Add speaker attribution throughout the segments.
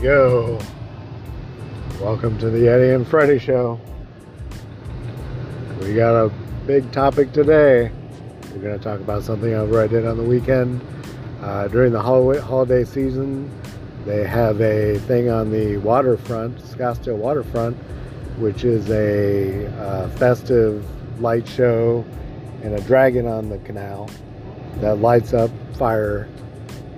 Speaker 1: Yo, welcome to the Eddie and Freddy Show. We got a big topic today. We're going to talk about something over I did on the weekend. Uh, during the hol- holiday season, they have a thing on the waterfront, Scottsdale waterfront, which is a uh, festive light show and a dragon on the canal that lights up fire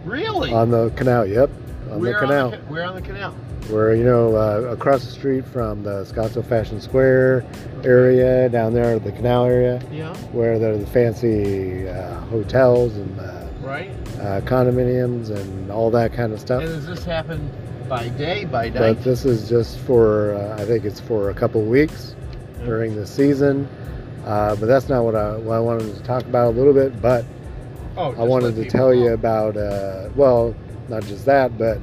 Speaker 2: Really?
Speaker 1: on the canal. Yep, on
Speaker 2: We're
Speaker 1: the canal.
Speaker 2: On the, ca- we're on the canal.
Speaker 1: We're, you know, uh, across the street from the Scottsdale Fashion Square area, down there at the canal area,
Speaker 2: Yeah.
Speaker 1: where there are the fancy uh, hotels and uh,
Speaker 2: Right.
Speaker 1: uh, condominiums and all that kind of stuff.
Speaker 2: And does this happen by day, by night?
Speaker 1: But this is just for, uh, I think it's for a couple weeks during the season. Uh, but that's not what I, what I wanted to talk about a little bit. But
Speaker 2: oh,
Speaker 1: I wanted to tell you about, uh, well, not just that, but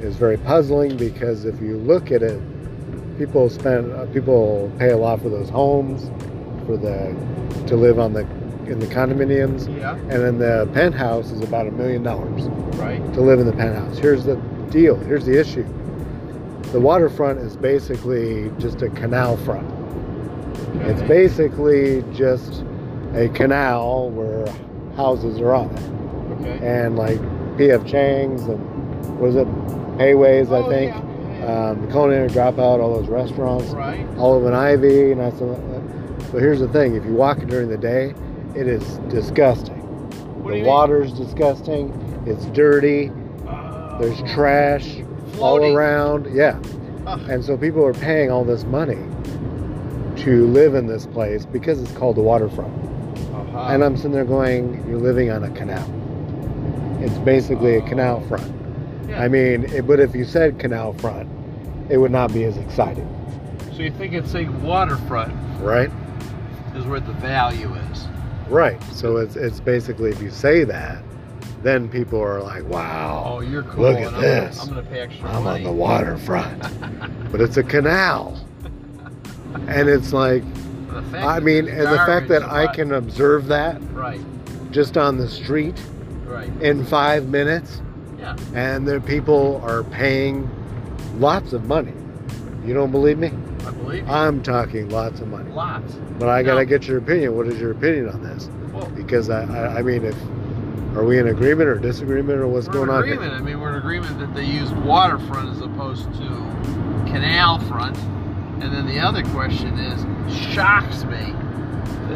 Speaker 1: it's very puzzling because if you look at it, people spend, uh, people pay a lot for those homes, for the to live on the in the condominiums,
Speaker 2: Yeah.
Speaker 1: and then the penthouse is about a million dollars
Speaker 2: Right.
Speaker 1: to live in the penthouse. Here's the deal. Here's the issue. The waterfront is basically just a canal front. It's
Speaker 2: Okay.
Speaker 1: basically just a canal where houses are on it
Speaker 2: Okay.
Speaker 1: and like P.F. Chang's and what is it, Hayways, I
Speaker 2: Oh,
Speaker 1: think,
Speaker 2: yeah, yeah, yeah.
Speaker 1: um, Culinary Dropout, all those restaurants,
Speaker 2: right.
Speaker 1: Olive and Ivy, and that's. But here's the thing: if you walk during the day, it is disgusting.
Speaker 2: What do
Speaker 1: the
Speaker 2: you
Speaker 1: water's disgusting. It's dirty.
Speaker 2: mean? Uh,
Speaker 1: There's trash all
Speaker 2: Floating.
Speaker 1: around. Yeah,
Speaker 2: Ugh.
Speaker 1: and so people are paying all this money to live in this place because it's called the waterfront.
Speaker 2: Uh-huh.
Speaker 1: And I'm sitting there going, you're living on a canal. It's basically a canal front.
Speaker 2: Yeah.
Speaker 1: I mean, it, but if you said canal front, it would not be as exciting,
Speaker 2: so you think it's a waterfront
Speaker 1: right?
Speaker 2: is where the value is?
Speaker 1: Right. So it's it's basically if you say that, then people are like,
Speaker 2: Oh,
Speaker 1: wow,
Speaker 2: you're cool.
Speaker 1: Look at
Speaker 2: and I'm gonna-
Speaker 1: this.
Speaker 2: I'm gonna pay extra
Speaker 1: I'm on
Speaker 2: money.
Speaker 1: the waterfront, but it's a canal, and it's like,
Speaker 2: The fact
Speaker 1: I
Speaker 2: that
Speaker 1: mean,
Speaker 2: there's
Speaker 1: and the fact
Speaker 2: garbage
Speaker 1: that I
Speaker 2: lot-
Speaker 1: can observe that
Speaker 2: Right.
Speaker 1: just on the street
Speaker 2: Right.
Speaker 1: in five minutes.
Speaker 2: Yeah.
Speaker 1: and the people are paying lots of money. You don't believe me?
Speaker 2: I believe. you.
Speaker 1: I'm talking lots of money.
Speaker 2: Lots.
Speaker 1: But I gotta
Speaker 2: No.
Speaker 1: get your opinion. What is your opinion on this?
Speaker 2: Well,
Speaker 1: Because I, I, I mean, if are we in agreement or disagreement or what's
Speaker 2: we're
Speaker 1: going
Speaker 2: in
Speaker 1: on
Speaker 2: agreement.
Speaker 1: here?
Speaker 2: I mean, we're in agreement that they use waterfront as opposed to canal front. And then the other question is, shocks me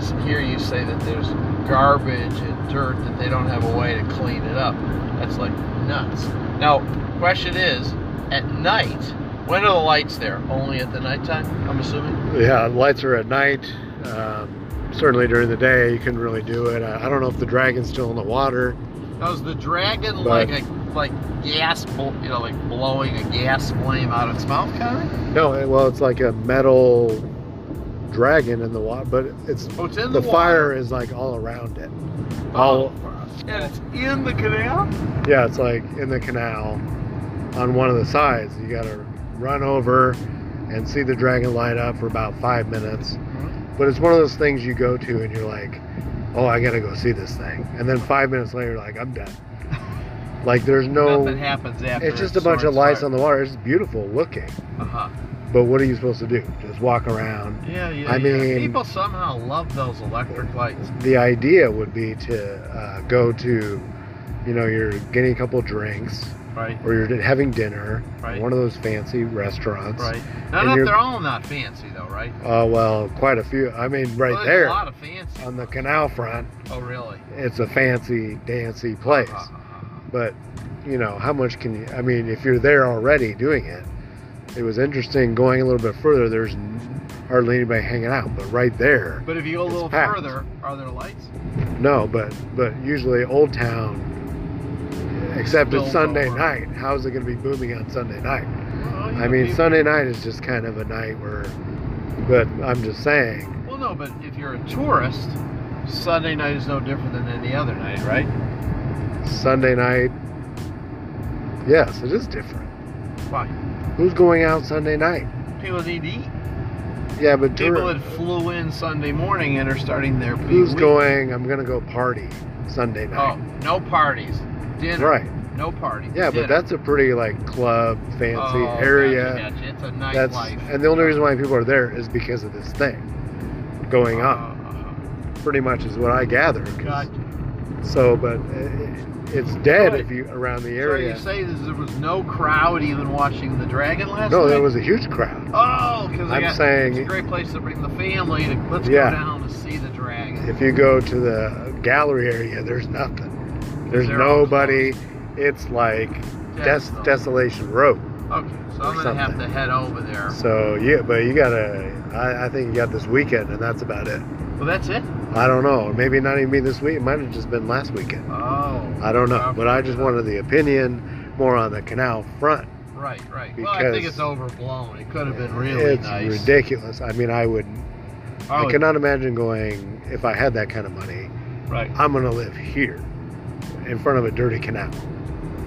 Speaker 2: to hear you say that there's garbage and dirt that they don't have a way to clean it up. That's like nuts. Now, question is, at night, when are the lights there? Only at the nighttime, I'm assuming.
Speaker 1: Yeah, lights are at night. Um, certainly during the day, you couldn't really do it. I, I don't know if the dragon's still in the water.
Speaker 2: Now, is the dragon
Speaker 1: Right.
Speaker 2: like a like gas, bl- you know, like blowing a gas flame out of its mouth, kind of?
Speaker 1: No, it- well, it's like a metal dragon in the water, but it's
Speaker 2: Oh, it's in
Speaker 1: the,
Speaker 2: the,
Speaker 1: fire
Speaker 2: water.
Speaker 1: is like all around it. All
Speaker 2: And it's in the canal?
Speaker 1: Yeah, it's like in the canal on one of the sides. You gotta run over and see the dragon light up for about five minutes. But it's one of those things you go to and you're like, oh, I gotta go see this thing. And then five minutes later, you're like, I'm done. Like, there's
Speaker 2: Nothing
Speaker 1: no.
Speaker 2: happens after.
Speaker 1: It's just a bunch of lights on the water. It's beautiful looking.
Speaker 2: Uh huh.
Speaker 1: But what are you supposed to do? Just walk around.
Speaker 2: Yeah, yeah.
Speaker 1: I
Speaker 2: yeah.
Speaker 1: mean-
Speaker 2: people somehow love those electric lights.
Speaker 1: The idea would be to uh, go to, you know, you're getting a couple drinks
Speaker 2: Right.
Speaker 1: or you're having dinner
Speaker 2: Right.
Speaker 1: at one of those fancy restaurants.
Speaker 2: Right.
Speaker 1: And
Speaker 2: Not if
Speaker 1: you're-
Speaker 2: they're all not fancy though, right?
Speaker 1: Uh, well, quite a few. I mean, right
Speaker 2: Well, there's
Speaker 1: there
Speaker 2: A lot of fancy.
Speaker 1: on the canal front,
Speaker 2: Oh really?
Speaker 1: it's a fancy, dancy place.
Speaker 2: Uh,
Speaker 1: But, you know, how much can you? I mean, if you're there already doing it, it was interesting going a little bit further. There's n- hardly anybody hanging out, but right there,
Speaker 2: But if you go a
Speaker 1: It's
Speaker 2: little
Speaker 1: packed.
Speaker 2: further, are there lights?
Speaker 1: no. But but usually Old Town, except it's
Speaker 2: Spills
Speaker 1: Sunday
Speaker 2: over.
Speaker 1: night. How is it going to be booming on Sunday night?
Speaker 2: Well, you
Speaker 1: I
Speaker 2: know,
Speaker 1: mean,
Speaker 2: people-
Speaker 1: Sunday night is just kind of a night where. But I'm just saying.
Speaker 2: Well, no, but if you're a tourist, Sunday night is no different than any other night, right?
Speaker 1: Sunday night. Yes, it is different.
Speaker 2: Why?
Speaker 1: Who's going out Sunday night?
Speaker 2: People need to eat.
Speaker 1: Yeah, but
Speaker 2: People
Speaker 1: tour,
Speaker 2: that flew in Sunday morning and are starting their
Speaker 1: who's
Speaker 2: week-
Speaker 1: going? I'm gonna go party Sunday
Speaker 2: Oh,
Speaker 1: night.
Speaker 2: no parties. Dinner.
Speaker 1: right.
Speaker 2: no party.
Speaker 1: Yeah,
Speaker 2: dinner.
Speaker 1: but that's a pretty like club fancy
Speaker 2: Oh, gotcha,
Speaker 1: area.
Speaker 2: gotcha. It's a
Speaker 1: That's
Speaker 2: nightlife.
Speaker 1: and the only reason why people are there is because of this thing going on. Pretty much is what I gather. 'cause-
Speaker 2: Oh. Uh, Gotcha.
Speaker 1: So, but it, it's dead
Speaker 2: So
Speaker 1: if you around the
Speaker 2: So you
Speaker 1: area.
Speaker 2: say this, there was no crowd even watching the Dragon last night?
Speaker 1: no, there was a huge crowd.
Speaker 2: Oh, because
Speaker 1: I'm
Speaker 2: got,
Speaker 1: saying-
Speaker 2: it's a great place to bring the family. To, let's
Speaker 1: Yeah.
Speaker 2: go down to see the dragon.
Speaker 1: If you go to the gallery area, there's nothing. There's
Speaker 2: They're all
Speaker 1: nobody. It's like des-
Speaker 2: Desolate.
Speaker 1: desolation road.
Speaker 2: Okay, so I'm
Speaker 1: or
Speaker 2: gonna have
Speaker 1: something.
Speaker 2: to head over there.
Speaker 1: So yeah, but you gotta. I, I think you got this weekend, and that's about it.
Speaker 2: Well, that's it.
Speaker 1: I don't know. Maybe not even be this week. It might have just been last weekend.
Speaker 2: Oh.
Speaker 1: I don't know.
Speaker 2: Okay.
Speaker 1: But I just wanted the opinion more on the canal front.
Speaker 2: Right, right. Well, I think
Speaker 1: because-
Speaker 2: it's overblown. It could have been really
Speaker 1: It's
Speaker 2: nice. Oh,
Speaker 1: ridiculous. I mean, I would.
Speaker 2: I
Speaker 1: I
Speaker 2: would-
Speaker 1: cannot imagine going if I had that kind of money.
Speaker 2: Right.
Speaker 1: I'm gonna live here, in front of a dirty canal.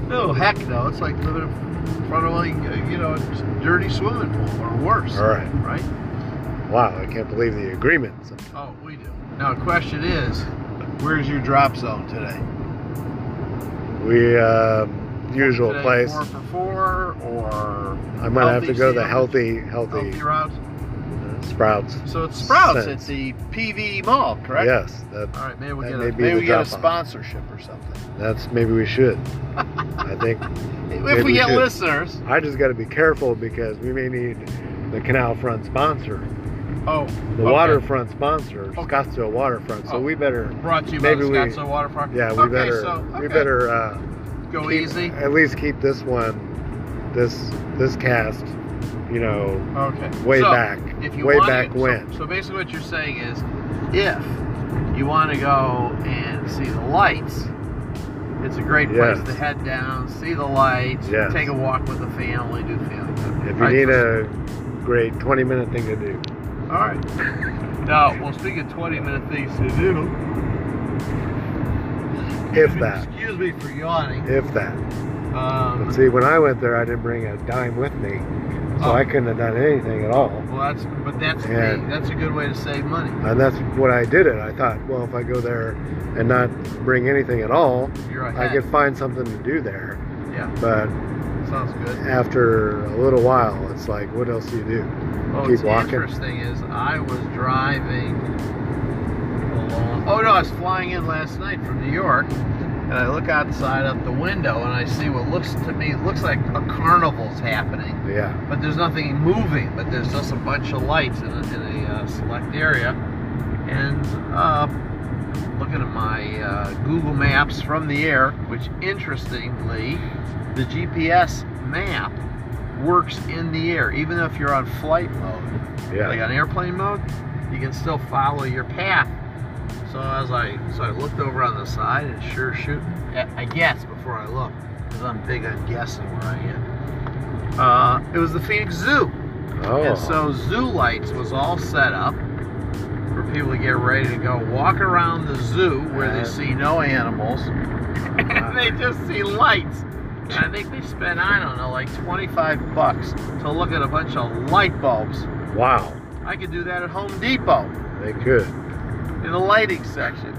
Speaker 2: No, heck no. It's like living in front of like uh, you know a dirty swimming pool or worse.
Speaker 1: All right.
Speaker 2: Right.
Speaker 1: Wow, I can't believe the agreement. So,
Speaker 2: Oh, we do. Now, the question is, where's your drop zone today?
Speaker 1: we um, usual
Speaker 2: Today,
Speaker 1: place.
Speaker 2: Four for four or
Speaker 1: I might have to
Speaker 2: healthy
Speaker 1: go to the
Speaker 2: sandwich?
Speaker 1: healthy, healthy
Speaker 2: healthy routes.
Speaker 1: sprouts.
Speaker 2: So it's Sprouts
Speaker 1: Sense.
Speaker 2: at the PV Mall, correct?
Speaker 1: Yes, that,
Speaker 2: All right, maybe
Speaker 1: That
Speaker 2: we'll get
Speaker 1: may
Speaker 2: a,
Speaker 1: be
Speaker 2: maybe
Speaker 1: the
Speaker 2: we get a
Speaker 1: drop-off.
Speaker 2: sponsorship or something.
Speaker 1: that's maybe we should. I think Maybe
Speaker 2: if we
Speaker 1: we
Speaker 2: get
Speaker 1: should.
Speaker 2: listeners,
Speaker 1: I just got to be careful because we may need the canal front sponsor,
Speaker 2: oh,
Speaker 1: the
Speaker 2: okay.
Speaker 1: waterfront sponsor,
Speaker 2: Okay.
Speaker 1: Scottsdale Waterfront. So
Speaker 2: Oh.
Speaker 1: we better,
Speaker 2: brought to you
Speaker 1: maybe
Speaker 2: by
Speaker 1: we-
Speaker 2: the Scottsdale Water Park.
Speaker 1: yeah, we
Speaker 2: okay,
Speaker 1: better,
Speaker 2: so,
Speaker 1: we
Speaker 2: okay,
Speaker 1: better uh,
Speaker 2: go
Speaker 1: keep-
Speaker 2: easy.
Speaker 1: At least keep this one, this this cast, you know,
Speaker 2: Okay,
Speaker 1: way
Speaker 2: so,
Speaker 1: back,
Speaker 2: If you
Speaker 1: way
Speaker 2: wanna-
Speaker 1: back
Speaker 2: so-
Speaker 1: when.
Speaker 2: So, basically, what you're saying is, if you want to go and see the lights. It's a great place
Speaker 1: Yes.
Speaker 2: to head down, see the lights,
Speaker 1: Yes.
Speaker 2: take a walk with the family, do family. stuff.
Speaker 1: If
Speaker 2: All
Speaker 1: you need
Speaker 2: right, so-
Speaker 1: a great 20 minute thing to do,
Speaker 2: All right. Now, well, speaking of 20 minute things to do,
Speaker 1: if that,
Speaker 2: Excuse me for yawning.
Speaker 1: if that.
Speaker 2: Um,
Speaker 1: But see, when I went there, I didn't bring a dime with me, so
Speaker 2: Oh.
Speaker 1: I couldn't have done anything at all.
Speaker 2: Well, that's but that's
Speaker 1: Yeah.
Speaker 2: the- that's a good way to save money.
Speaker 1: And that's what I did it. I thought, well, if I go there and not bring anything at all,
Speaker 2: You're
Speaker 1: I
Speaker 2: ahead.
Speaker 1: could find something to do there.
Speaker 2: yeah,
Speaker 1: But
Speaker 2: sounds good.
Speaker 1: after a little while, it's like, what else do you do?
Speaker 2: Oh,
Speaker 1: keep
Speaker 2: what's
Speaker 1: walking.
Speaker 2: interesting is I was driving along. Oh no, I was flying in last night from New York, and I look outside up the window and I see what looks to me looks like a carnival's happening.
Speaker 1: Yeah.
Speaker 2: but there's nothing moving. But there's just a bunch of lights in a, in a uh, select area. And uh, looking at my uh, Google Maps from the air, which interestingly, the GPS map works in the air, even if you're on flight mode,
Speaker 1: Yeah.
Speaker 2: like on airplane mode. You can still follow your path. So as I so I looked over on the side, and sure shoot, I I guess before I look, because I'm big on guessing where I am. Uh, it was the Phoenix Zoo.
Speaker 1: Oh.
Speaker 2: And so Zoo Lights was all set up for people to get ready to go walk around the zoo where
Speaker 1: Uh,
Speaker 2: they see no animals and they just see lights. And I think they spent, I don't know, like 25 bucks to look at a bunch of light bulbs.
Speaker 1: wow.
Speaker 2: I could do that at Home Depot
Speaker 1: They could.
Speaker 2: in the lighting section.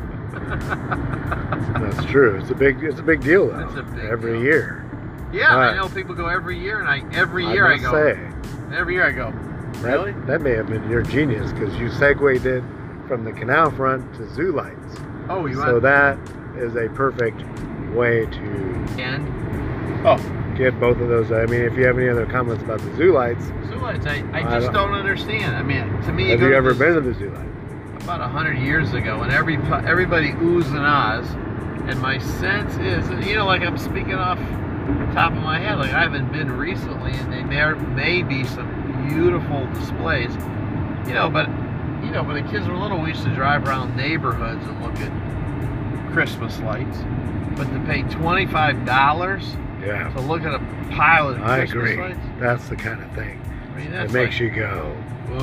Speaker 1: That's true. It's a big. It's a big deal though.
Speaker 2: It's a big
Speaker 1: Every
Speaker 2: deal.
Speaker 1: year.
Speaker 2: yeah,
Speaker 1: Right.
Speaker 2: I know people go every year, and I every year I,
Speaker 1: must
Speaker 2: go.
Speaker 1: Say,
Speaker 2: Every year I go.
Speaker 1: that,
Speaker 2: Really?
Speaker 1: That may have been your genius because you segued it from the canal front to zoo lights.
Speaker 2: Oh, you
Speaker 1: So
Speaker 2: want
Speaker 1: that is a perfect way to
Speaker 2: to end?
Speaker 1: Oh. get both of those. I mean, if you have any other comments about the zoo lights,
Speaker 2: Zoo lights. I, I
Speaker 1: I
Speaker 2: just
Speaker 1: don't-
Speaker 2: don't, understand. I mean, to me,
Speaker 1: have
Speaker 2: go
Speaker 1: you
Speaker 2: to
Speaker 1: ever
Speaker 2: the-
Speaker 1: been to the zoo lights?
Speaker 2: about a hundred years ago, and every everybody oohs and ahs, and my sense is, and, you know, like I'm speaking off the top of my head, like I haven't been recently, and they, there may be some beautiful displays, you know, but you know, when the kids were little, we used to drive around neighborhoods and look at Christmas lights, but to pay twenty five dollars
Speaker 1: Yeah,
Speaker 2: to look at a pile of
Speaker 1: I
Speaker 2: Christmas
Speaker 1: agree.
Speaker 2: lights,
Speaker 1: That's the kind of thing
Speaker 2: I mean,
Speaker 1: that
Speaker 2: that's
Speaker 1: makes you go,
Speaker 2: you.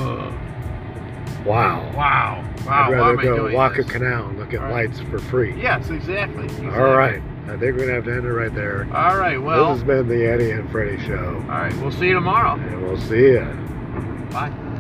Speaker 1: wow.
Speaker 2: Wow. Wow.
Speaker 1: I'd
Speaker 2: why
Speaker 1: rather
Speaker 2: am I
Speaker 1: go
Speaker 2: doing
Speaker 1: walk
Speaker 2: this?
Speaker 1: a canal and look at
Speaker 2: All right.
Speaker 1: lights for free.
Speaker 2: Yes, exactly. exactly.
Speaker 1: All right, I think we're gonna have to end it right there.
Speaker 2: All right. Well,
Speaker 1: this has been the Eddie and Freddie show,
Speaker 2: all right. We'll see you tomorrow.
Speaker 1: and we'll see you.
Speaker 2: Bye.